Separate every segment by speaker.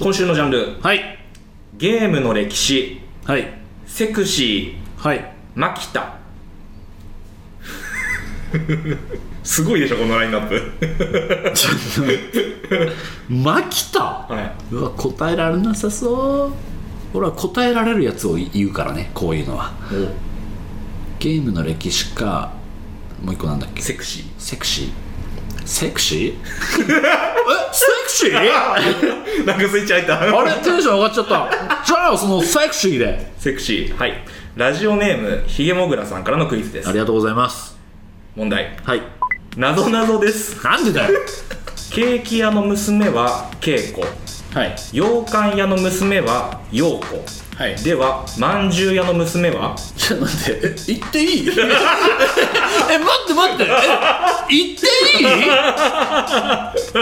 Speaker 1: 今週のジャンル
Speaker 2: はい
Speaker 1: ゲームの歴史
Speaker 2: はい
Speaker 1: セクシー
Speaker 2: はい
Speaker 1: マキタ すごいでしょこのラインナップ
Speaker 2: マキタ
Speaker 1: は
Speaker 2: うわ答えられなさそう俺は答えられるやつを言うからねこういうのはいゲームの歴史かもう一個なんだっけ
Speaker 1: セクシー
Speaker 2: セクシーセクシーえ セクシーあ
Speaker 1: なんかスイッチ入った
Speaker 2: れテンション上がっちゃったじゃあそのセクシーで
Speaker 1: セクシーはいラジオネームひげもぐらさんからのクイズで
Speaker 2: あ
Speaker 1: す
Speaker 2: りがとうございます
Speaker 1: 問題
Speaker 2: はい
Speaker 1: なぞなぞです
Speaker 2: なんでだよ
Speaker 1: ケーキ屋の娘は恵子
Speaker 2: はい
Speaker 1: 洋館屋の娘は陽子
Speaker 2: はい
Speaker 1: ではまんじゅう屋の娘は
Speaker 2: ちょっと待ってえ行っていい え待って待ってえ行っていい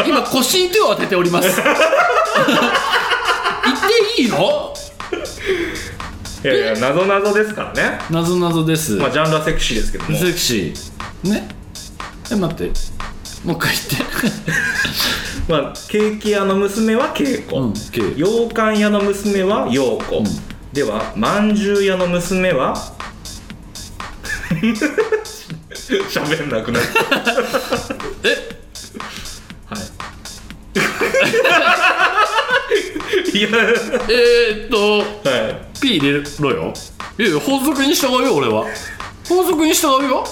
Speaker 2: 今腰に手を当てております 行っていいの
Speaker 1: いやいやなぞなぞですからね
Speaker 2: なぞなぞです、
Speaker 1: まあジャンルはセクシーですけども
Speaker 2: セクシーねえ待ってもう一回言って
Speaker 1: まあ、ケーキ屋の娘は恵子、
Speaker 2: うん恵子
Speaker 1: 洋館屋の娘は陽子、ではまんじゅう屋の娘は 喋んなくなったえはいい やは
Speaker 2: えー、っと
Speaker 1: い
Speaker 2: P 入れろよいやいや法則に従うよ俺は法則に従うよ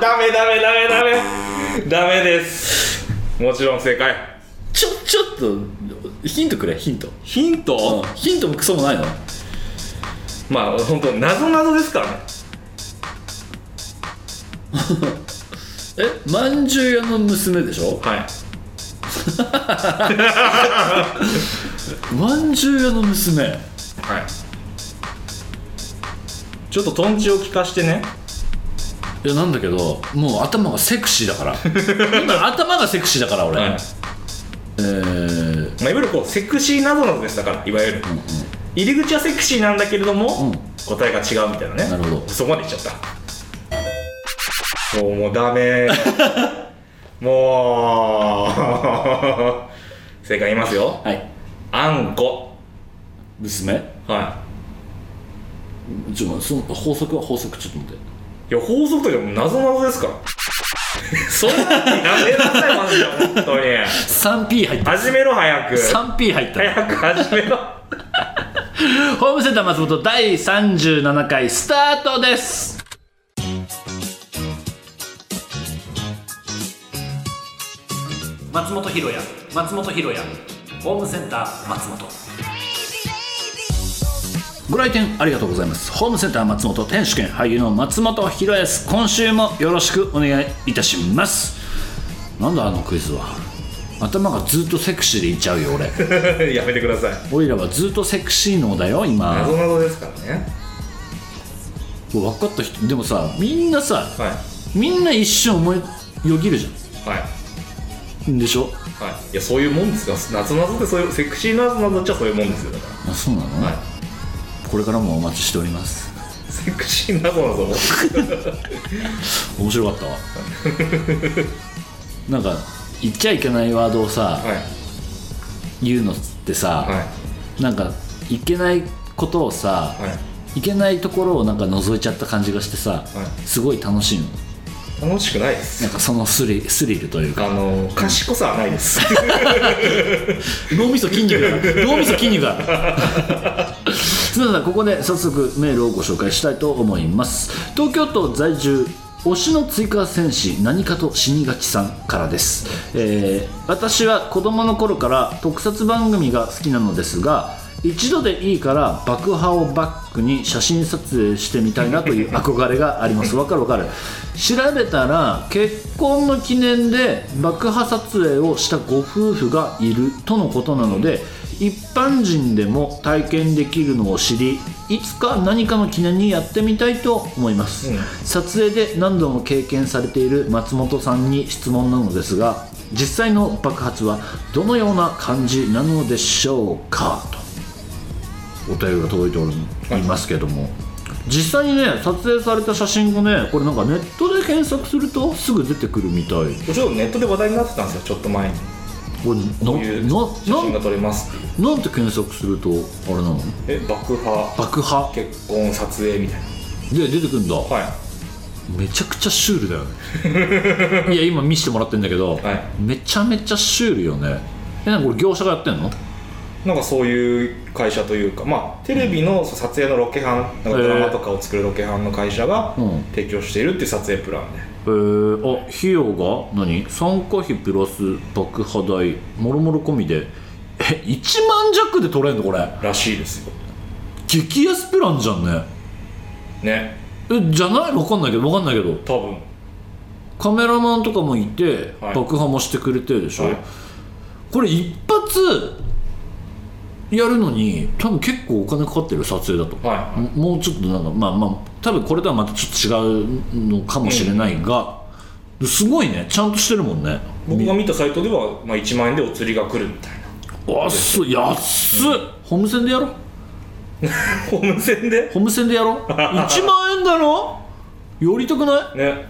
Speaker 1: ダメダメダメダメダメですもちろん正解
Speaker 2: ちょちょっとヒントくれヒント
Speaker 1: ヒント、
Speaker 2: ヒントもクソもないの
Speaker 1: まあ本当謎謎ですからね
Speaker 2: えまんじゅう屋の娘でしょ
Speaker 1: はい
Speaker 2: まんじゅう屋の娘
Speaker 1: はいちょっとトンチを聞かしてね
Speaker 2: いやなんだけどもう頭がセクシーだから 今頭がセクシーだから俺、
Speaker 1: はい、
Speaker 2: えー、
Speaker 1: まあ、いわゆるこうセクシーなどなどですだからいわゆる、入り口はセクシーなんだけれども、
Speaker 2: うん
Speaker 1: 答えが違うみたいなね
Speaker 2: なるほど
Speaker 1: そこまでいっちゃったもうもうダメもう正解言いますよ
Speaker 2: はい
Speaker 1: あんこ
Speaker 2: 娘
Speaker 1: は
Speaker 2: ちょっと待ってその法則は法則ちょっと待って
Speaker 1: いいや法則というかもう謎謎ですからそんなにやめなさいマジで本当に
Speaker 2: 3P 入った
Speaker 1: 始めろ早く
Speaker 2: 3P 入った
Speaker 1: 早く始めろ
Speaker 2: ホームセンター松本第37回スタートです松本ひろや松本ひろやホームセンター松本ご来店ありがとうございますホームセンター松本天主兼俳優の松本ひろやです今週もよろしくお願いいたしますなんだあのクイズは頭がずっとセクシーでいっちゃうよ俺
Speaker 1: やめてください
Speaker 2: 俺らはずっとセクシーのだよ今
Speaker 1: 謎謎ですからね
Speaker 2: 分かった人でもさみんなさ
Speaker 1: はい
Speaker 2: みんな一瞬思いよぎるじ
Speaker 1: はい
Speaker 2: ゃんでしょ
Speaker 1: はいいやそういうもんですよ謎謎ってそういうセクシー謎謎っちゃそういうもんですよだか
Speaker 2: あそうなの、
Speaker 1: らはい
Speaker 2: これからもお待ちしております
Speaker 1: セクシー謎謎
Speaker 2: 面白かったわ なんか言っちゃいけないワードをさ、
Speaker 1: はい
Speaker 2: 言うのってさ、
Speaker 1: はい
Speaker 2: なんかいけないことをさ、
Speaker 1: はい
Speaker 2: いけないところをなんか覗いちゃった感じがしてさ、
Speaker 1: い
Speaker 2: すごい楽しいの
Speaker 1: 楽しくないで
Speaker 2: な
Speaker 1: す
Speaker 2: んかそのスリスリルという
Speaker 1: あ
Speaker 2: か
Speaker 1: の賢さはないです
Speaker 2: 脳みそ筋肉が脳みそ筋肉がすみませんここで早速メールをご紹介したいと思います東京都在住推しの追加戦士何かと死にがちさんからです、えー私は子供の頃から特撮番組が好きなのですが一度でいいから爆破をバックに写真撮影してみたいなという憧れがありますわかるわかる調べたら結婚の記念で爆破撮影をしたご夫婦がいるとのことなので一般人でも体験できるのを知りいつか何かの記念にやってみたいと思います、
Speaker 1: うん
Speaker 2: 撮影で何度も経験されている松本さんに質問なのですが実際の爆発はどのような感じなのでしょうかとお便りが届いておりますけども、実際にね撮影された写真をねこれなんかネットで検索するとすぐ出てくるみたい
Speaker 1: ちょっとネットで話題になってたんですよちょっと前に
Speaker 2: これ
Speaker 1: こういう写
Speaker 2: なな
Speaker 1: 真が撮れますっていう
Speaker 2: なんて検索するとあれなの
Speaker 1: え爆破
Speaker 2: 爆破
Speaker 1: 結婚撮影みたい
Speaker 2: で出てくるんだ、
Speaker 1: なはい
Speaker 2: めちゃくちゃシュー ルだよねいや今見せてもらってんだけど、
Speaker 1: はい
Speaker 2: めちゃめちゃシュールよねえなんかこれ業者がやってんの
Speaker 1: なんかそういう会社というか、まあ、テレビのそう撮影のロケ班なんかドラマとかを作るロケ班の会社が
Speaker 2: うん
Speaker 1: 提供しているっていう撮影プランで、
Speaker 2: えー、あ費用が何参加費プラス爆破代もろもろ込みでえ1万弱で取れんのこれ
Speaker 1: らしいですよ
Speaker 2: 激安プランじゃんね
Speaker 1: ね
Speaker 2: えじゃないわかんないけどわかんないけど
Speaker 1: 多分
Speaker 2: カメラマンとかもいて、
Speaker 1: はい
Speaker 2: 爆破もしてくれてでしょ、
Speaker 1: はい
Speaker 2: これ一発やるのに多分結構お金かかってる撮影だと、
Speaker 1: はい
Speaker 2: ももうちょっとなんかまあまあ多分これとはまたちょっと違うのかもしれないが、すごいねちゃんとしてるもんね
Speaker 1: 僕が見たサイトでは、まあ、1万円でお釣りが来るみたいな
Speaker 2: わっす安っ、ホームセンでやろ
Speaker 1: ホームセンで
Speaker 2: ホームセンでやろ1万円だろ寄りたくな
Speaker 1: ね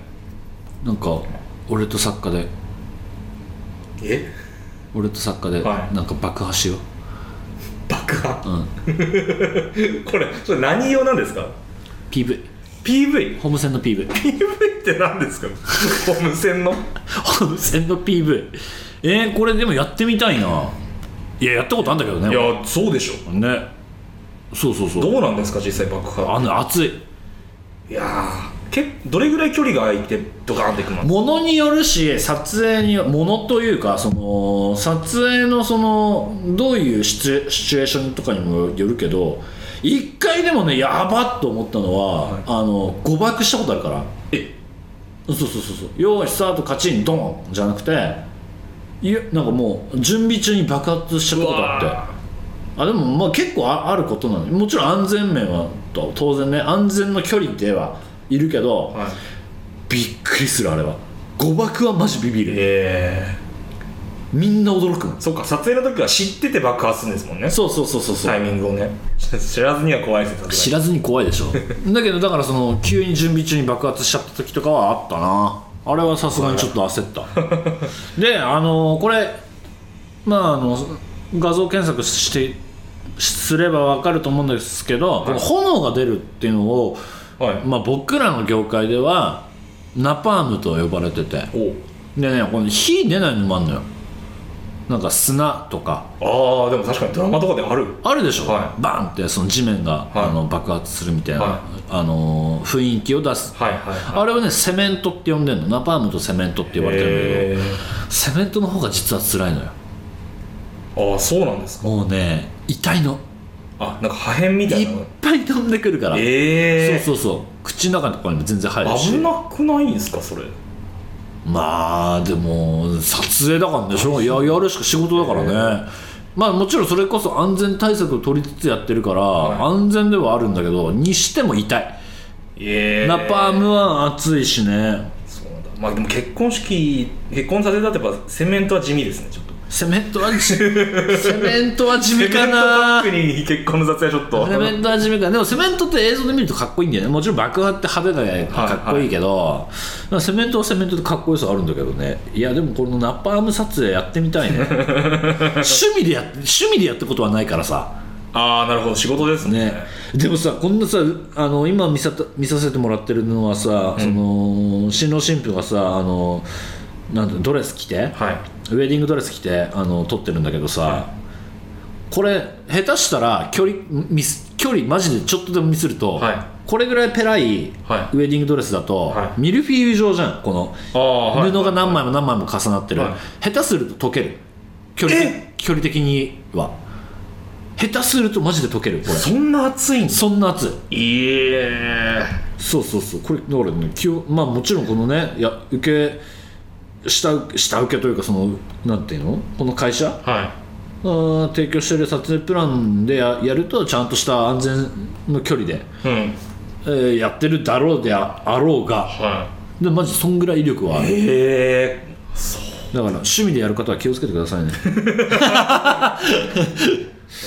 Speaker 2: いなんか俺と作家で
Speaker 1: え
Speaker 2: 俺と作家で
Speaker 1: はい
Speaker 2: なんか爆破しよう、
Speaker 1: 爆破、 これそれ何用なんですか
Speaker 2: PV
Speaker 1: PV
Speaker 2: ホームセンの PV
Speaker 1: PV って何ですかホームセンの
Speaker 2: ホームセンの PV えー、これでもやってみたいないややったことあんだけどね
Speaker 1: いやそうでしょ
Speaker 2: ねそうそうそう
Speaker 1: どうなんですか実際爆破
Speaker 2: あの熱い
Speaker 1: いやーけどれぐらい距離が空いてドカーンっていくの
Speaker 2: ものによるし撮影によものというかその撮影のそのどういうシチュエシチュエーションとかにもよるけど一回でもねやばっと思ったのは、
Speaker 1: はい
Speaker 2: あの誤爆したことあるから
Speaker 1: え
Speaker 2: そうそうそうそう用意スタートカチンドンじゃなくていやなんかもう準備中に爆発したことがあってあでもまあ結構ああることなのもちろん安全面はと当然ね安全の距離ではいるけど、
Speaker 1: はい
Speaker 2: びっくりするあれは誤爆はマジビビる
Speaker 1: え
Speaker 2: みんな驚くもん
Speaker 1: ー、そっか撮影の時は知ってて爆発するんですもんね
Speaker 2: そうそうそうそうそう、
Speaker 1: タイミングをね知らずには怖いですよ
Speaker 2: 知らずに怖いでしょ だけどだからその急に準備中に爆発しちゃった時とかはあったなあれはさすがにちょっと焦った であのこれまああの画像検索してすればわかると思うんですけど、この炎が出るっていうのを、
Speaker 1: はい
Speaker 2: まあ、僕らの業界ではナパームと呼ばれててでねこの火出ないのもあんのよなんか砂とか
Speaker 1: おあーでも確かにドラマとかである
Speaker 2: あるでしょ、
Speaker 1: は
Speaker 2: バンってその地面が、
Speaker 1: はい
Speaker 2: あの爆発するみたいな、
Speaker 1: はい
Speaker 2: あのー雰囲気を出す、
Speaker 1: はいはいは
Speaker 2: あれをねセメントって呼んでるのナパームとセメントって言われてるんだけど、
Speaker 1: え
Speaker 2: セメントの方が実は辛いのよ
Speaker 1: ー、ああそうなんですか
Speaker 2: もうね痛いの
Speaker 1: あなんか破片みた
Speaker 2: い
Speaker 1: い
Speaker 2: っ
Speaker 1: なの
Speaker 2: ぱい飛んでくるから、
Speaker 1: ええー、
Speaker 2: そうそうそう口の中とかにも全然入る
Speaker 1: 危
Speaker 2: し
Speaker 1: なくないんですかそれ
Speaker 2: まあでも撮影だからでしょいややるしか仕事だからね、まあもちろんそれこそ安全対策を取りつつやってるから、
Speaker 1: は
Speaker 2: 安全ではあるんだけどにしても痛い
Speaker 1: ええー、
Speaker 2: ナパームは熱いしね
Speaker 1: そうなんだまあでも結婚式結婚させたってやっぱセメントは地味ですねちょっと
Speaker 2: セメント は地セメントは地味かな
Speaker 1: セメントバッグに結婚の撮影はちょっと
Speaker 2: セメントは地味かなでもセメントって映像で見るとかっこいいんだよねもちろん爆破って派手でかっこいいけど、まあセメントはセメントでかっこよさあるんだけどねいやでもこのナパーム撮影やってみたいね 趣味でや趣味でやったことはないからさ
Speaker 1: ああなるほど仕事ですね
Speaker 2: ね、でもさこんなさあの今見さた見させてもらってるのはさ、その新郎新婦がさあのなんてドレス着て、
Speaker 1: はい
Speaker 2: ウェディングドレス着てあの撮ってるんだけどさ、これ下手したら距離ミス距離マジでちょっとでもミスると、
Speaker 1: はい
Speaker 2: これぐらいペラいウ
Speaker 1: は
Speaker 2: ェ
Speaker 1: い
Speaker 2: ディングドレスだと、
Speaker 1: はい
Speaker 2: ミルフィーユ状じゃんこの
Speaker 1: ああはい
Speaker 2: 布が何枚も何枚も重なってる、
Speaker 1: はい
Speaker 2: 下手すると溶ける距離
Speaker 1: え
Speaker 2: 距離的には下手するとマジで溶けるこれ
Speaker 1: そんな暑いんです
Speaker 2: そんな熱い
Speaker 1: いえ
Speaker 2: そうそうそうこれだからね気をまあもちろんこのねや受け下請け下請けというかそのなんていうのこの会社
Speaker 1: は
Speaker 2: あー提供してる撮影プランでややるとちゃんとした安全の距離で、
Speaker 1: いうん
Speaker 2: えーやってるだろうでああろうが
Speaker 1: は
Speaker 2: でマジそんぐらい威力はあ
Speaker 1: い
Speaker 2: る
Speaker 1: ええ
Speaker 2: だから趣味でやる方は気をつけてくだ さいね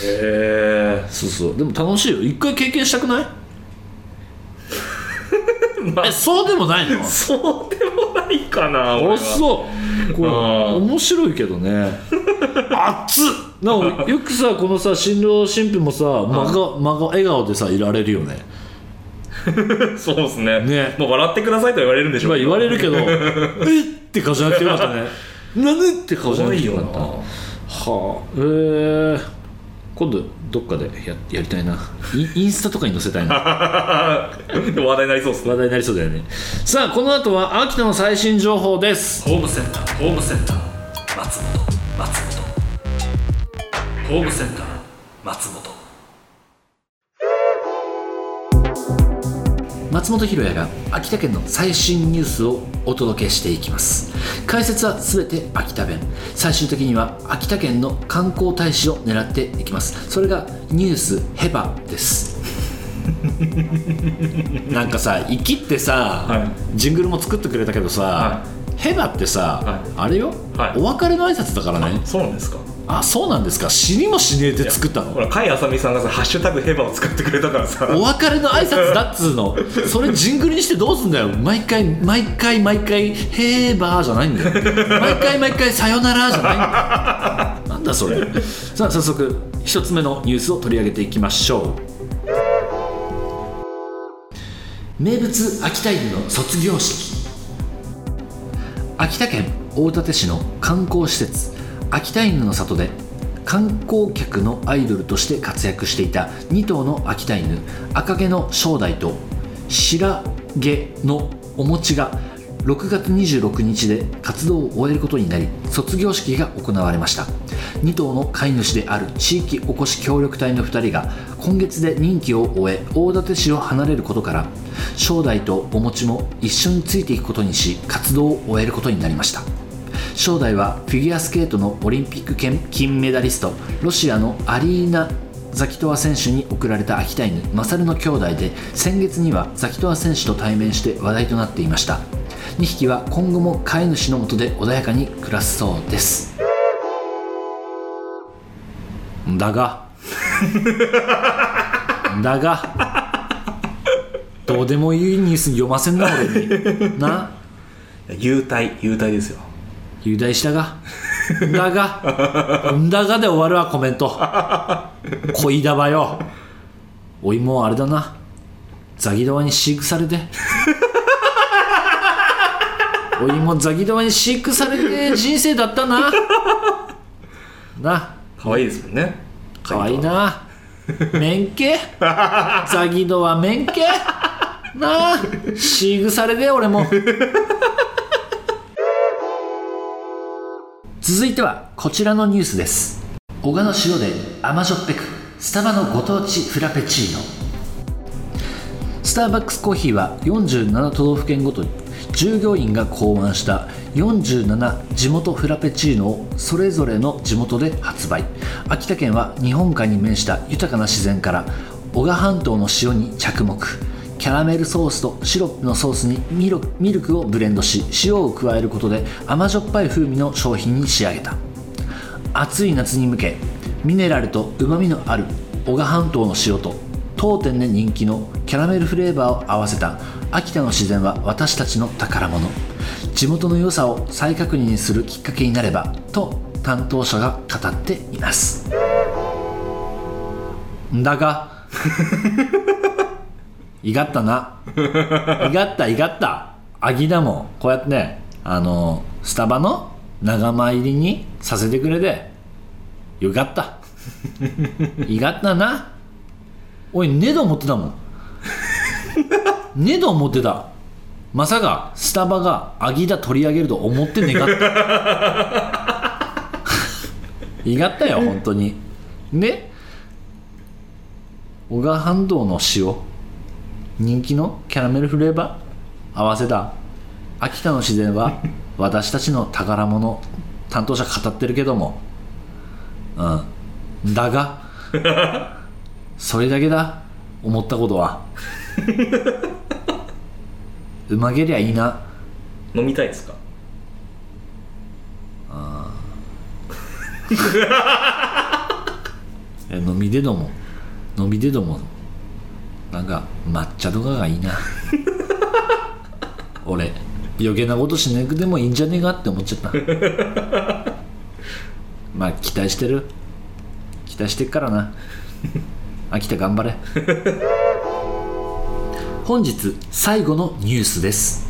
Speaker 1: え
Speaker 2: そうそうでも楽しいよ一回経験したくない
Speaker 1: まあ
Speaker 2: えそうでもないの
Speaker 1: そうでもないかな俺
Speaker 2: あ
Speaker 1: は
Speaker 2: そうこれ
Speaker 1: あー
Speaker 2: 面白いけどね熱っなんかよくさこのさ新郎新婦もさ真顔真顔笑顔でさいられるよね
Speaker 1: そうですね
Speaker 2: ね
Speaker 1: もう笑ってくださいとは言われるんでしょ
Speaker 2: まあ
Speaker 1: うけ
Speaker 2: 言
Speaker 1: ど
Speaker 2: われるけ ど「えっ!」って顔じゃなくてよかったね「なんで?」って顔じゃなくてよかった
Speaker 1: 怖いよ
Speaker 2: はあえー、今度どっかでややりたいなインインスタとかに載せたいな
Speaker 1: でも話題になりそうですね
Speaker 2: 話題になりそうだよねさあこの後は秋田の最新情報です
Speaker 3: ホームセンターホームセンター松本松本ホームセンター松本
Speaker 2: 松本ひろやが秋田県の最新ニュースをお届けしていきます解説は全て秋田弁最終的には秋田県の観光大使を狙っていきますそれがニュースヘバ ですなんかさ「行き」ってさ、
Speaker 1: は
Speaker 2: ジングルも作ってくれたけどさ、
Speaker 1: は
Speaker 2: ヘバってさ、
Speaker 1: はい
Speaker 2: あれよ、
Speaker 1: はい
Speaker 2: お別れの挨拶だからね
Speaker 1: そうなんですか
Speaker 2: あそうなんですか死にもしねえで作ったの
Speaker 1: ほら甲斐あさみさんがさ「ハッシュタグヘバ」を作ってくれたからさ
Speaker 2: お別れの挨拶だっつうのそれジングルにしてどうすんだよ毎回毎回毎回「へーばー」じゃないんだよ毎回毎回「さよなら」じゃないんだよなんだそれさあ早速一つ目のニュースを取り上げていきましょう名物秋田犬の卒業式秋田県大館市の観光施設秋田犬の里で観光客のアイドルとして活躍していた2頭の秋田犬赤毛の正代と白毛のお餅が6月26日で活動を終えることになり卒業式が行われました2頭の飼い主である地域おこし協力隊の2人が今月で任期を終え大館市を離れることから正代とお餅も一緒についていくことにし活動を終えることになりました正代はフィギュアスケートのオリンピック金金メダリストロシアのアリーナ・ザキトワ選手に贈られた秋田犬マサルの兄弟で先月にはザキトワ選手と対面して話題となっていました2匹は今後も飼い主のもとで穏やかに暮らすそうですだがだがどうでもいいニュース読ませんな俺にな
Speaker 1: 幽体幽体ですよ
Speaker 2: 雄大したがだがだがで終わるわコメント恋だばよおいもうあれだなザギドワに飼育されておいもザギドワに飼育されて人生だったなな
Speaker 1: 可愛いですもんね
Speaker 2: かわいいな免許ザギドは免許なあ飼育されて俺も続いてはこちらのニュースです小鹿の塩で甘じょっぺくスタバのご当地フラペチーノスターバックスコーヒーは47都道府県ごとに従業員が考案した47地元フラペチーノをそれぞれの地元で発売秋田県は日本海に面した豊かな自然から男鹿半島の塩に着目キャラメルソースとシロップのソースにミロミルクをブレンドし塩を加えることで甘じょっぱい風味の商品に仕上げた暑い夏に向けミネラルとうまみのある男鹿半島の塩と当店で人気のキャラメルフレーバーを合わせた秋田の自然は私たちの宝物地元の良さを再確認するきっかけになればと担当者が語っていますだがいがったないがったいがったアギだもんこうやってねあのスタバの仲間入りにさせてくれてよかったいがったなおいねど持ってたもんねど持ってたまさかスタバがアギだ取り上げると思ってねかったいがったよ本当にね小川半島の塩人気のキャラメルフレーバー合わせた秋田の自然は私たちの宝物担当者語ってるけどもうんだがそれだけだ思ったことはうまげりゃいいな
Speaker 1: 飲みたいですか
Speaker 2: え飲みでども飲みでどもなんか抹茶とかがいいな 俺余計なことしなくてもいいんじゃねえかって思っちゃった まあ期待してる期待してっからな秋田頑張れ 本日最後のニュースです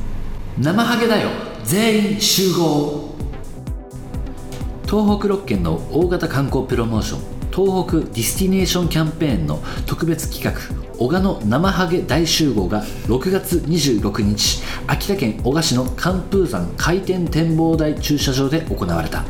Speaker 2: 生ハゲだよ全員集合東北6県の大型観光プロモーション東北ディスティネーションキャンペーンの特別企画「小鹿の生ハゲ大集合」が6月26日秋田県小鹿市の寒風山回転展望台駐車場で行われた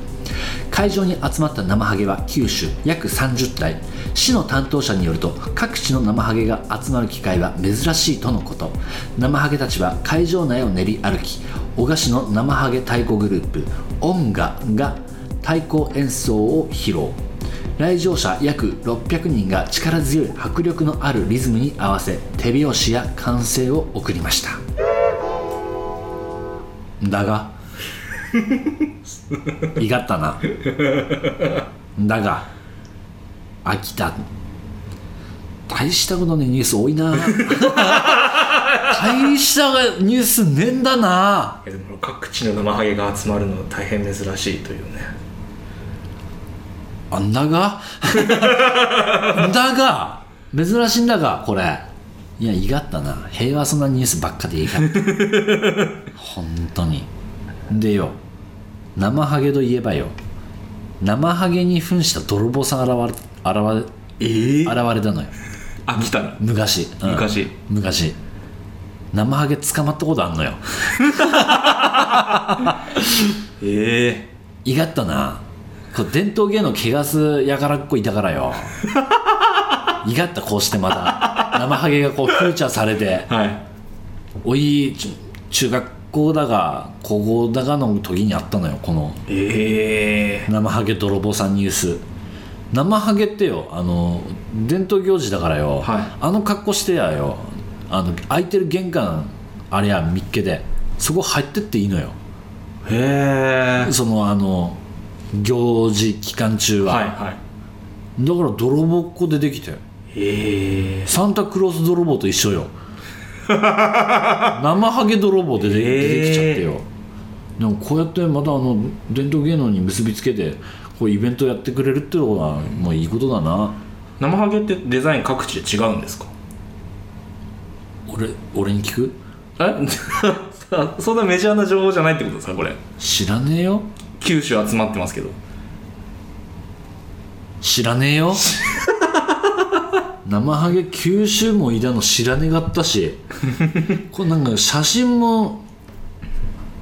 Speaker 2: 会場に集まった生ハゲは九州約30体市の担当者によると各地の生ハゲが集まる機会は珍しいとのこと生ハゲたちは会場内を練り歩き小鹿市の生ハゲ太鼓グループ音楽が太鼓演奏を披露来場者約600人が力強い迫力のあるリズムに合わせ手拍子や歓声を送りましただがいがったなだが飽きた大したことのニュース多いな大したニュースねえんだな
Speaker 1: やでも各地の生ハゲが集まるのは大変珍しいというね
Speaker 2: あんだが だが珍しいんだがこれいやいがったな平和そうなニュースばっかで いがった本当にでよ生ハゲといえばよ生ハゲに扮した泥棒さん現れ現
Speaker 1: ええ
Speaker 2: れ現れたのよ
Speaker 1: あ来たな
Speaker 2: 昔、うん
Speaker 1: 昔
Speaker 2: 昔生ハゲ捕まったことあんのよ
Speaker 1: ええ
Speaker 2: いがったなこれ伝統芸能汚すやからっこいたか らよいがったこうしてまた生ハゲがこうフューチャーされて
Speaker 1: はい
Speaker 2: おいちゅ中学校だが高校だがの時にあったのよこの
Speaker 1: ええ
Speaker 2: 生ハゲ泥棒さんニュース生ハゲってよあの伝統行事だからよ、
Speaker 1: はい
Speaker 2: あの格好してやよあの開いてる玄関あれや見っけでそこ入ってっていいのよ
Speaker 1: へえ
Speaker 2: そのあの行事期間中は、
Speaker 1: はいは
Speaker 2: だから泥棒っ子出てきて
Speaker 1: いええ
Speaker 2: サンタクロース泥棒と一緒よ生ハゲ泥棒で出て,、出てきちゃってよでもこうやってまたあの伝統芸能に結びつけてこうイベントやってくれるってのはもういいことだな
Speaker 1: 生ハゲってデザイン各地で違うんですか
Speaker 2: 俺俺に聞く
Speaker 1: え そんなメジャーな情報じゃないってことですかこれ
Speaker 2: 知らねえよ
Speaker 1: 九州集まってますけど
Speaker 2: 知らねえよ生ハゲ九州もいたの知らねがったしこれなんか写真も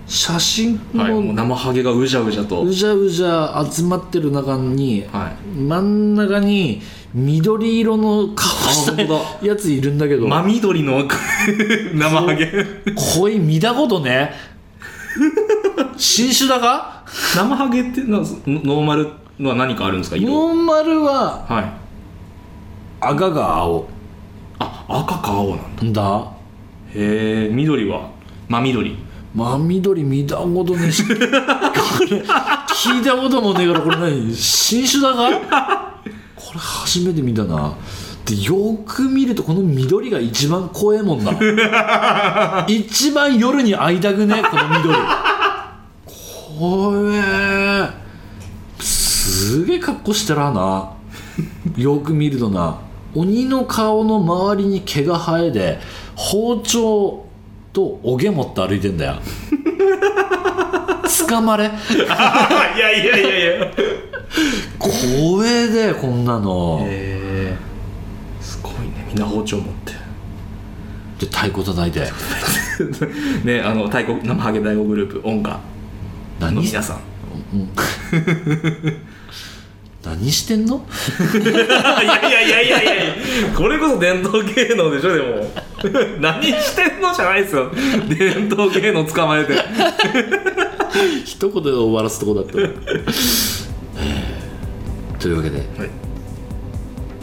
Speaker 2: 写真
Speaker 1: はいもう
Speaker 2: も
Speaker 1: 生ハゲがうじゃうじゃと
Speaker 2: うじゃうじゃ集まってる中に
Speaker 1: は
Speaker 2: 真ん中に緑色の顔した
Speaker 1: あ本
Speaker 2: やついるんだけ
Speaker 1: い
Speaker 2: ど
Speaker 1: 真緑の生ハゲ
Speaker 2: こい見たこと ね新種だが
Speaker 1: 生ハゲってのはノーマルのは何かあるんですか色
Speaker 2: ノーマルは
Speaker 1: はい
Speaker 2: 赤が青
Speaker 1: あ赤か青なんだ
Speaker 2: だ
Speaker 1: へえ緑は真 緑
Speaker 2: 真緑見たことねえし これ聞いたこともねえからこれ何新種だがこれ初めて見たなでよく見るとこの緑が一番怖えもんな一番夜に会いたくねえこの緑怖えすげえ格好してらなよく見るとな鬼の顔の周りに毛が生えで包丁とおげ持って歩いてんだよ 捕まれ
Speaker 1: あいやいやいやいや
Speaker 2: 怖えでこんなの
Speaker 1: へえすごいねみんな包丁持って
Speaker 2: で太鼓叩いて
Speaker 1: ねあの太鼓生ハゲ太鼓グループ音楽の
Speaker 2: 何
Speaker 1: 皆さん
Speaker 2: 何してんの
Speaker 1: いやいやいやいやいやこれこそ伝統芸能でしょでも 何してんのじゃないですよ伝統芸能捕まえて
Speaker 2: 一言で終わらすとこだったえーというわけで、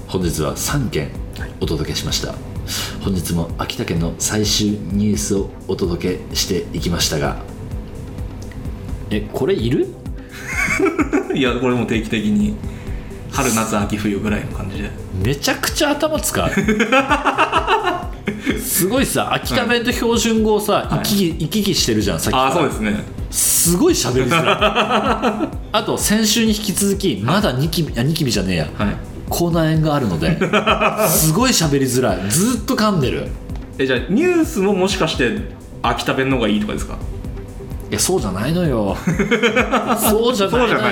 Speaker 2: 本日は3件お届けしました本日も秋田県の最終ニュースをお届けしていきましたがえこれいる
Speaker 1: いやこれも定期的に春夏秋冬ぐらいの感じで
Speaker 2: めちゃくちゃ頭使う すごいさ秋田弁と標準語をさ、行き来行き来してるじゃんさっきから
Speaker 1: すね
Speaker 2: すごい喋りづらいあと先週に引き続きまだニキビあニキビじゃねえや、
Speaker 1: はい
Speaker 2: 口内炎があるの ですごい喋りづらいずーっと噛んでる
Speaker 1: えじゃあニュースももしかして秋田弁の方がいいとかですか
Speaker 2: いやそうじゃないのよ そうじゃないのよ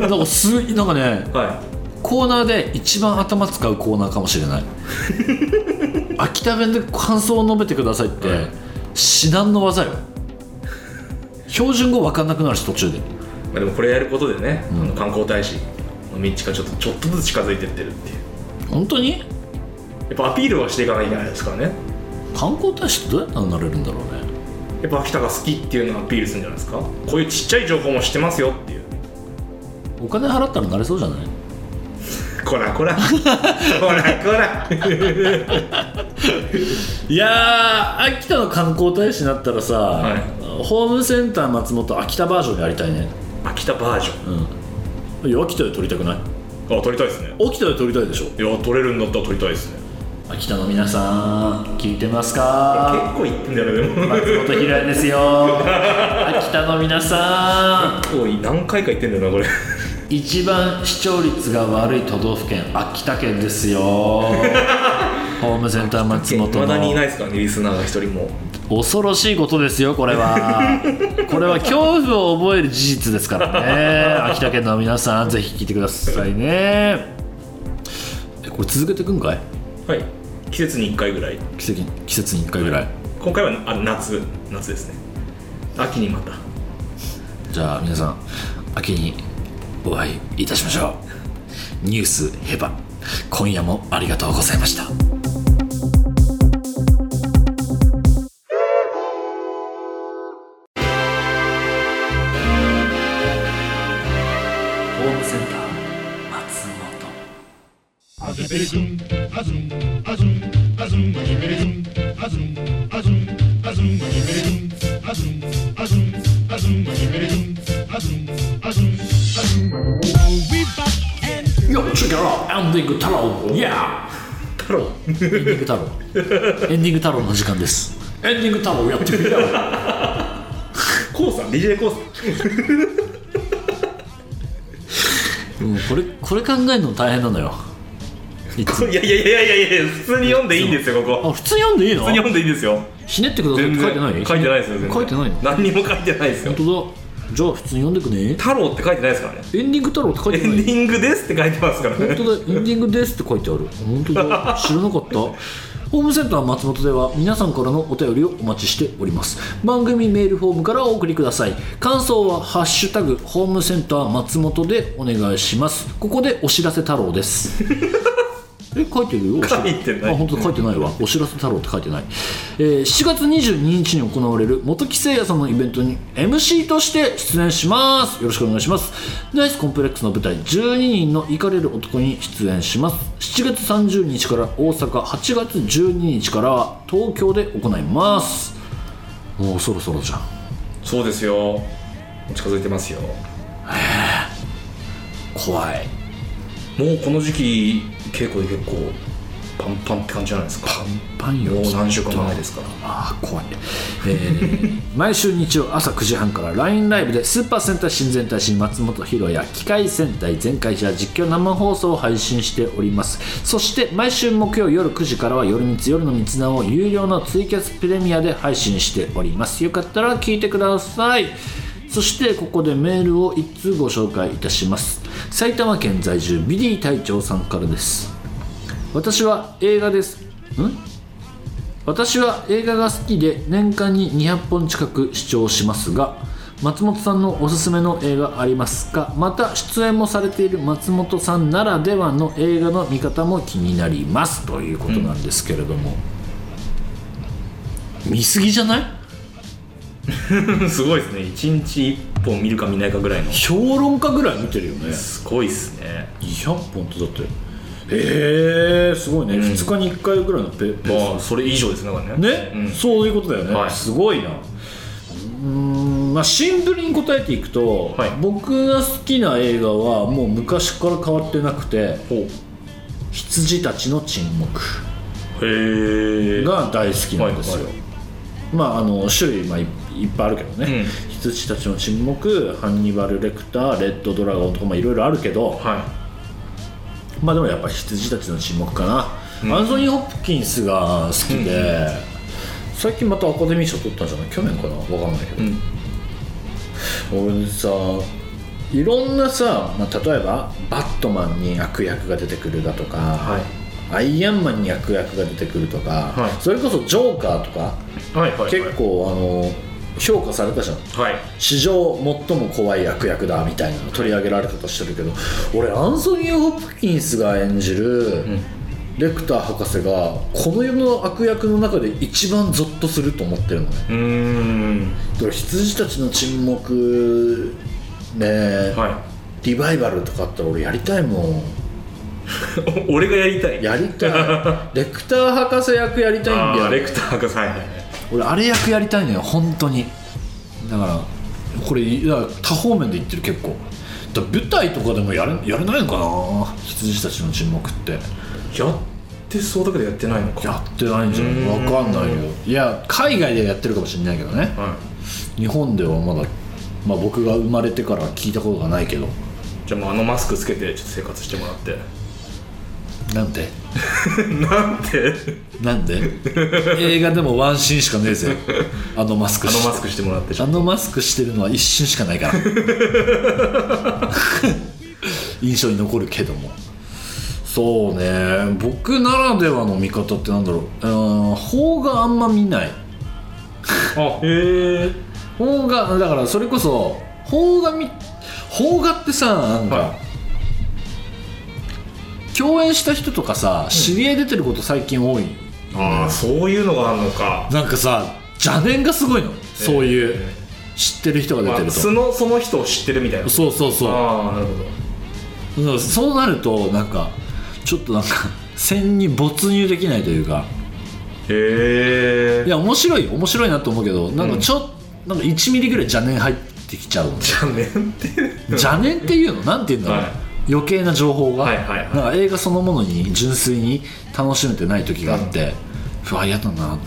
Speaker 2: なんかすなんかね
Speaker 1: は
Speaker 2: コーナーで一番頭使うコーナーかもしれ ない秋田弁で感想を述べてくださいって、至難の技よ標準語分かんなくなるし途中で
Speaker 1: い、まあ、でもこれやることでね、あの観光大使の道がちょっとちょっとずつ近づいてってるっていう
Speaker 2: 本当に
Speaker 1: やっぱアピールはしていかないといけないですからね
Speaker 2: 観光大使ってどうやったらなれるんだろうね
Speaker 1: やっぱ秋田が好きっていうのをアピールするんじゃないですかこういうちっちゃい情報も知ってますよっていう
Speaker 2: お金払ったらなれそうじゃない
Speaker 1: こら こらこらこら
Speaker 2: いやー秋田の観光大使になったらさ、
Speaker 1: は
Speaker 2: ホームセンター松本秋田バージョンやりたいね
Speaker 1: 秋田バージョ
Speaker 2: いや秋田で撮りたくない
Speaker 1: ンあ撮りたいですね
Speaker 2: 秋田で撮りたいでしょ
Speaker 1: いや撮れるんだったら撮りたいですね
Speaker 2: 秋田の皆さん聞いてます
Speaker 1: 結
Speaker 2: か
Speaker 1: 構行ってんだよねでも
Speaker 2: 松本ひらですよ秋田の皆さ
Speaker 1: 結構何回か行ってんだよなこれ
Speaker 2: ん一番視聴率が悪い都道府県秋田県です よホームセンター松
Speaker 1: いま
Speaker 2: 本
Speaker 1: だにい
Speaker 2: の
Speaker 1: ないですからねリスナーが一人も
Speaker 2: 恐ろしいことですよこれ はこれは恐怖を覚える事実ですからね秋田県の皆さんぜひ聞いてくださいねえこれ続けていくんかい
Speaker 1: はい季節に1回ぐらい
Speaker 2: 季節に季節に1回ぐらい
Speaker 1: 今回はあ夏夏ですね秋にまた
Speaker 2: じゃあ皆さん秋にお会いいたしましょうニュースヘバ今夜もありがとうございました
Speaker 3: ホームセンター松本
Speaker 4: Azum, azum, azum, azum, azum, azum, azum, azum, azum, azum, azum, azum, azum, azum.
Speaker 2: よっちからエンディング太郎いや
Speaker 1: 太郎
Speaker 2: エンディング 太郎エンディング太郎の時間ですエンディング太郎やってみよう
Speaker 1: コウさん DJ コウさん
Speaker 2: もうこれこれ考えるの大変なのよいつも
Speaker 1: いやいやいやいやいや普通に読んでいいんですよここ
Speaker 2: あ普通に読んでいいの
Speaker 1: 普通に読んでいいんですよ
Speaker 2: ひねってくださいって書いてない
Speaker 1: 書いてないですよ全然
Speaker 2: 書いてないの
Speaker 1: 何にも書いてないですよ
Speaker 2: 本当だじゃあ普通に読んでくね
Speaker 1: 太郎って書いてないですからね
Speaker 2: エンディング太郎って書い
Speaker 1: エン
Speaker 2: てな
Speaker 1: デ
Speaker 2: い
Speaker 1: ィングですって書いてますからね
Speaker 2: 本当だエンディングですって書いてある本当だ知らなかったホームセンター松本では皆さんからのお便りをお待ちしております番組メールフォームからお送りください感想は「ハッシュタグホームセンター松本」でお願いしますここでお知らせ太郎ですえ書いてるよお知らせ
Speaker 1: 書いてない
Speaker 2: あ本当だ書いてないわ「お知らせ太郎」って書いてない、えー7月22日に行われる元木聖也さんのイベントに MC として出演しますよろしくお願いしますナイスコンプレックスの舞台12人のイカれる男に出演します7月30日から大阪8月12日からは東京で行いますもうそろそろじゃん
Speaker 1: そうですよ近づいてますよ
Speaker 2: 怖い
Speaker 1: もうこの時期稽古で結構パンパンって感じじゃないですか
Speaker 2: パンよ
Speaker 1: もう何週間も前ですから
Speaker 2: ああ怖い、えー毎週日曜朝9時半から LINE ライブでスーパーセンター親善大使松本博也機械戦隊全開者実況生放送を配信しておりますそして毎週木曜夜9時からは夜密夜の密談を有料のツイキャスプレミアで配信しておりますよかったら聞いてくださいそしてここでメールを1通ご紹介いたします埼玉県在住ビリー隊長さんからです私は映画ですん私は映画が好きで年間に200本近く視聴しますが松本さんのおすすめの映画ありますかまた出演もされている松本さんならではの映画の見方も気になりますということなんですけれども、見すぎじゃない
Speaker 1: すごいですね1日1本見るか見ないかぐらいの
Speaker 2: 評論家ぐらい見てるよね
Speaker 1: すごいですね
Speaker 2: 200本ってだってえー、すごいね、
Speaker 1: ん
Speaker 2: 2日に1回ぐらいのペペース
Speaker 1: まあそれ以上ですねだからね
Speaker 2: ね、
Speaker 1: うん
Speaker 2: そういうことだよね、
Speaker 1: はい
Speaker 2: すごいなうーんまあシンプルに答えていくと、
Speaker 1: はい
Speaker 2: 僕が好きな映画はもう昔から変わってなくて
Speaker 1: ほ
Speaker 2: 「羊たちの沈黙
Speaker 1: うへえ」
Speaker 2: が大好きなんですよ、
Speaker 1: はいは
Speaker 2: まああの種類まあいいっぱいあるけどね、羊たちの沈黙ハンニバル・レクターレッド・ドラゴンとかまあいろいろあるけど、
Speaker 1: は
Speaker 2: まあでもやっぱ羊たちの沈黙かな、アンソニー・ホッキンスが好きで、最近またアカデミー賞取ったんじゃない去年かな分かんないけど、俺さいろんなさ、まあ、例えばバットマンに悪役が出てくるだとか、アイアンマンに悪役が出てくるとか、
Speaker 1: はい
Speaker 2: それこそジョーカーとか、
Speaker 1: いはいはい
Speaker 2: 結構あの評価されたじゃん
Speaker 1: はい
Speaker 2: 史上最も怖い悪役だみたいなの取り上げられたとしてるけど俺アンソニー・ホプキンスが演じるレクター博士がこの世の悪役の中で一番ゾッとすると思ってるのね
Speaker 1: うーん
Speaker 2: だから羊たちの沈黙ねえ、
Speaker 1: は
Speaker 2: リバイバルとかあったら俺やりたいも
Speaker 1: い 俺がやりたい
Speaker 2: んやり たいレクター博士役やりたいんだよ
Speaker 1: あーレクターがはいはいはい
Speaker 2: 俺あれ役やりたいのよ本当にだからこれいや多方面で言ってる結構だから舞台とかでもやれやれないのかな羊たちの沈黙って
Speaker 1: やってそうだけどやってないのか
Speaker 2: やってないんじゃないわかんないよいや海外でやってるかもしれないけどね
Speaker 1: は
Speaker 2: 日本ではまだ、まあ、僕が生まれてから聞いたことがないけど
Speaker 1: いじゃあもうあのマスクつけてちょっと生活してもらって
Speaker 2: なんて
Speaker 1: なんて
Speaker 2: な んで映画でもワンシーンしかねえぜあのマスク
Speaker 1: あ
Speaker 2: して
Speaker 1: のマスクしてもらってちょ
Speaker 2: あ
Speaker 1: っと
Speaker 2: のマスクしてるのは一瞬しかないから 印象に残るけどもそうね僕ならではの見方ってなんだろううん邦画あんま見ない
Speaker 1: あへえ
Speaker 2: 邦画だからそれこそ邦画み邦画ってさなんか、
Speaker 1: は
Speaker 2: 共演した人とかさ知り合い出てること最近多い、
Speaker 1: ああそういうのがあるのか
Speaker 2: なんかさ邪念がすごいの、そういう
Speaker 1: え
Speaker 2: 知ってる人が出
Speaker 1: ま
Speaker 2: てる
Speaker 1: あ
Speaker 2: と
Speaker 1: 素のその人を知ってるみたいな
Speaker 2: そうそうそう
Speaker 1: ああなるほど
Speaker 2: うんそうなるとなんかちょっとなんか線に没入できないというか
Speaker 1: へえ
Speaker 2: いや面白いよ面白いなと思うけどなんかちょ、なんか1ミリぐらい邪念入ってきちゃう
Speaker 1: じゃあねんって
Speaker 2: 邪念っていうのなんて言うんだろう、
Speaker 1: はい
Speaker 2: 余計な情報が、
Speaker 1: はいはいはい
Speaker 2: なんか映画そのものに純粋に楽しめてない時があって、うわ嫌だな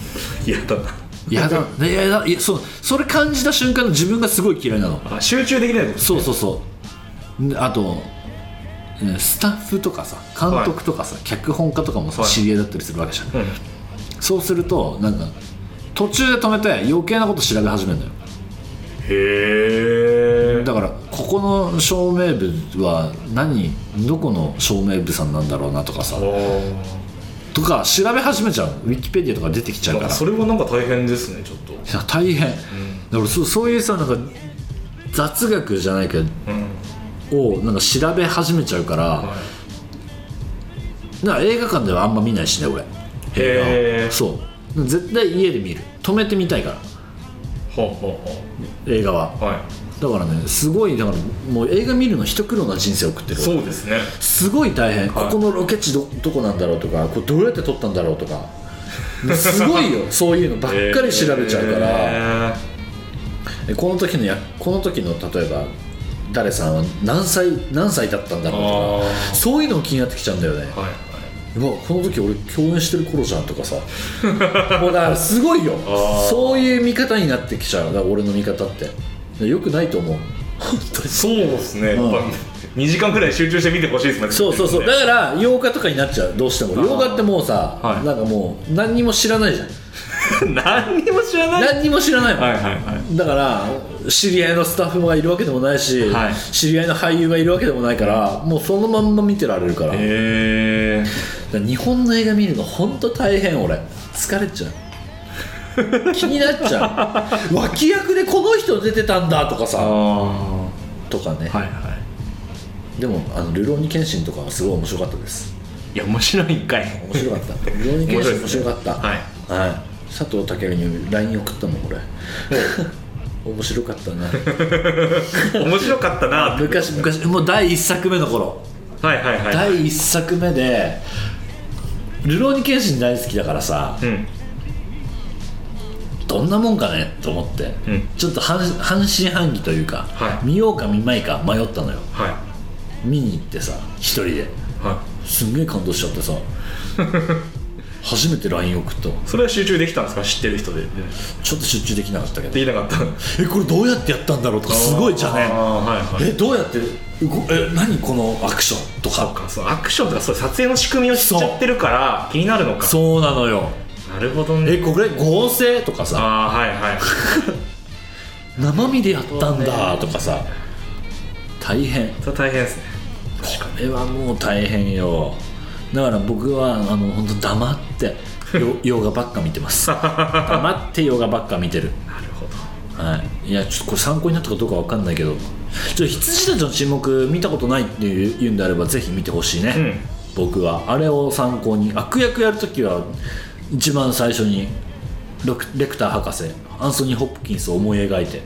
Speaker 1: 嫌だな
Speaker 2: 嫌だいやいやいやそうそれ感じた瞬間の自分がすごい嫌いなの
Speaker 1: あ集中できないこと
Speaker 2: そうそうそうねあとねスタッフとかさ監督とかさ、脚本家とかもさ
Speaker 1: はい
Speaker 2: 知り合いだったりするわけじゃん、
Speaker 1: うん
Speaker 2: そうするとなんか途中で止めて余計なこと調べ始めるのよ
Speaker 1: へえ
Speaker 2: だからここの照明部は何どこの照明部さんなんだろうなとかさとか調べ始めちゃうウィキペディアとか出てきちゃうから
Speaker 1: それはなんか大変ですねちょっと
Speaker 2: いや大変、だからそうそういうさなんか雑学じゃないけど、をなんか調べ始めちゃうから、なんか映画館ではあんま見ないしね俺
Speaker 1: へえ
Speaker 2: そう絶対家で見る止めてみたいから
Speaker 1: ほうほうほ
Speaker 2: 映画は
Speaker 1: うは
Speaker 2: だからねすごいだからもう映画見るの一苦労な人生を送って
Speaker 1: い
Speaker 2: る
Speaker 1: そうですね
Speaker 2: すごい大変、
Speaker 1: はい
Speaker 2: ここのロケ地どどこなんだろうとかこれどうやって撮ったんだろうとかすごい よそういうのばっかり調べちゃうから、
Speaker 1: へ
Speaker 2: えこの時のやこの時の例えば誰さんは何歳何歳だったんだろうと
Speaker 1: あー
Speaker 2: かそういうのも気になってきちゃうんだよね、
Speaker 1: ーはいはいう
Speaker 2: わこの時俺共演してる頃じゃんとかさ もうだからすごいよ
Speaker 1: あー
Speaker 2: そういう見方になってきちゃうだから俺の見方ってでよくないと思う本当に
Speaker 1: そうですね、やっぱ
Speaker 2: うん
Speaker 1: 2時間くらい集中して見てほしいですね
Speaker 2: そうそうそう
Speaker 1: ね
Speaker 2: だから洋画とかになっちゃうどうしても洋画ってもうさ、
Speaker 1: はい
Speaker 2: なんかもう何にも知らないじゃん
Speaker 1: 何にも知らない
Speaker 2: 何にも知らないもん、
Speaker 1: はいはいはい
Speaker 2: だから知り合いのスタッフがいるわけでもないし、
Speaker 1: はい
Speaker 2: 知り合いの俳優がいるわけでもないからもうそのまんま見てられるから,、
Speaker 1: へえ
Speaker 2: 日本の映画見るの本当大変俺疲れちゃう気になっちゃう脇役でこの人出てたんだとか
Speaker 1: あ
Speaker 2: さ
Speaker 1: あは
Speaker 2: とかね、
Speaker 1: いは
Speaker 2: でもあの「ルローニケンシン」とかはすごい面白かったです
Speaker 1: いいや面白いん かい
Speaker 2: 面白かった「ルローニケンシン」面白かった
Speaker 1: 面白いです
Speaker 2: はい、佐藤健に LINE 送ったもん俺 面白かったな
Speaker 1: 面白かったなって
Speaker 2: 昔昔もう第一作目の頃
Speaker 1: はいはいはい
Speaker 2: 第1作目で「ルローニケンシン」大好きだからさ
Speaker 1: うん
Speaker 2: どんなもんかねと思って、
Speaker 1: うん
Speaker 2: ちょっと半半信半疑というか、
Speaker 1: はい
Speaker 2: 見ようか見まいか迷ったのよ
Speaker 1: はい
Speaker 2: 見に行ってさ一人で
Speaker 1: は
Speaker 2: すんげえ感動しちゃってさ初めて LINE 送ったわ
Speaker 1: それは集中できたんですか知ってる人で
Speaker 2: ちょっと集中できなかったけど
Speaker 1: できなかった
Speaker 2: えこれどうやってやったんだろうとかすごいじゃね
Speaker 1: あーはいはい
Speaker 2: えどうやって動え何このアクションと
Speaker 1: そう
Speaker 2: か
Speaker 1: かそうアクションとかそういう撮影の仕組みを知っちゃってるから気になるのか
Speaker 2: そうなのよ
Speaker 1: なるほどね
Speaker 2: えこれ合成とかさ
Speaker 1: ああはいはい
Speaker 2: 生身でやったんだとかさ大変
Speaker 1: それ大変ですね
Speaker 2: これはもう大変よだから僕はあの本当黙ってよ洋画ばっか見てます黙って洋画ばっか見てる
Speaker 1: なるほど
Speaker 2: はい、いやちょっとこれ参考になったかどうかわかんないけどちょっと羊たちの沈黙見たことないっていう言うんであればぜひ見てほしいね、
Speaker 1: うん
Speaker 2: 僕はあれを参考に悪役やるときは一番最初にロクレクター博士アンソニー・ホップキンスを思い描いて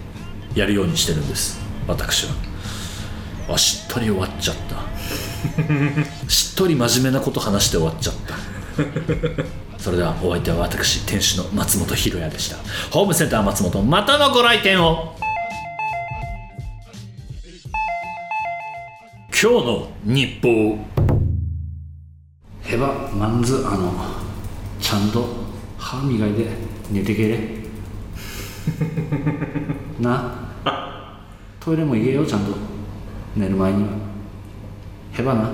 Speaker 2: やるようにしてるんです私はあしっとり終わっちゃった しっとり真面目なこと話して終わっちゃったそれではお相手は私店主の松本ひろやでしたホームセンター松本またのご来店を今日の日報
Speaker 5: ヘバマンズあのちゃんと歯磨いて寝て けれなトイレも行けよちゃんと寝る前にはヘバな